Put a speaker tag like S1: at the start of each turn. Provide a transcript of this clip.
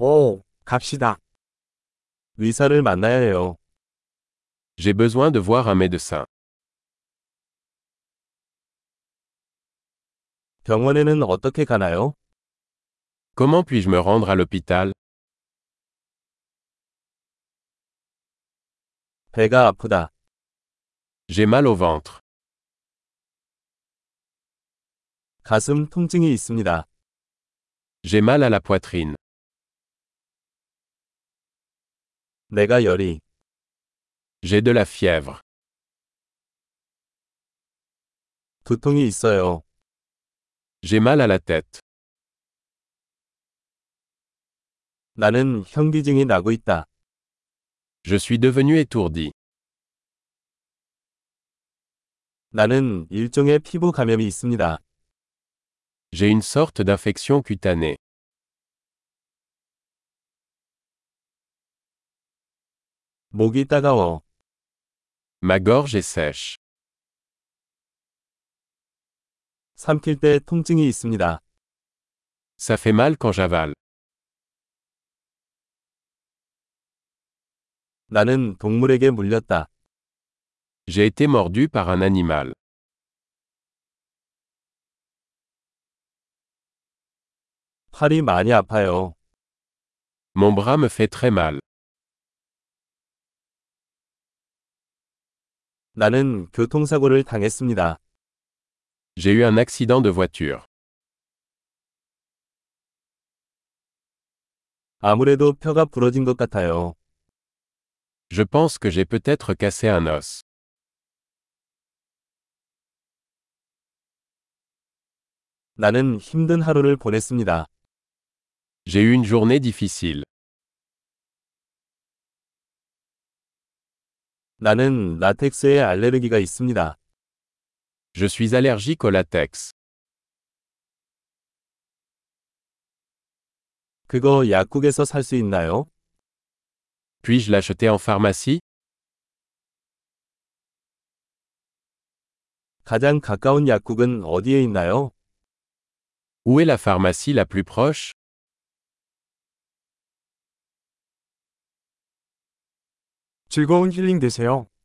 S1: 오, 갑시다.
S2: 의사를 만나야 해요.
S3: J'ai besoin de voir un médecin.
S2: 병원에는 어떻게 가나요?
S3: Comment puis-je me rendre à l'hôpital
S2: 배가 아프다.
S3: J'ai mal au ventre.
S2: 가슴 통증이 있습니다.
S3: J'ai mal à la poitrine.
S2: 내가 열이.
S3: J'ai de la fièvre.
S2: 두통이 있어요.
S3: J'ai mal à la tête.
S2: 나는 현기증이 나고 있다.
S3: Je suis devenu étourdi.
S2: 나는 일종의 피부 감염이 있습니다.
S3: J'ai une sorte d'infection cutanée.
S2: 목이 따가워.
S3: Ma gorge est sèche.
S2: 삼킬 때 통증이 있습니다.
S3: Ça fait mal quand j'avale.
S2: 나는 동물에게 물렸다.
S3: J'ai été mordu par un animal.
S2: 팔이 많이 아파요.
S3: Mon bras me fait très mal.
S2: 나는 교통사고를 당했습니다.
S3: J'ai eu un accident de voiture.
S2: 아무래도 뼈가 부러진 것 같아요.
S3: Je pense que j'ai peut-être cassé un os.
S2: 나는 힘든 하루를 보냈습니다.
S3: J'ai eu une journée difficile.
S2: 나는 라텍스에 알레르기가 있습니다.
S3: Je suis allergique au latex.
S2: 그거 약국에서 살 수 있나요?
S3: Puis-je l'acheter en pharmacie
S2: 가장 가까운 약국은 어디에 있나요?
S3: Où est la pharmacie la plus proche
S1: 즐거운 힐링 되세요.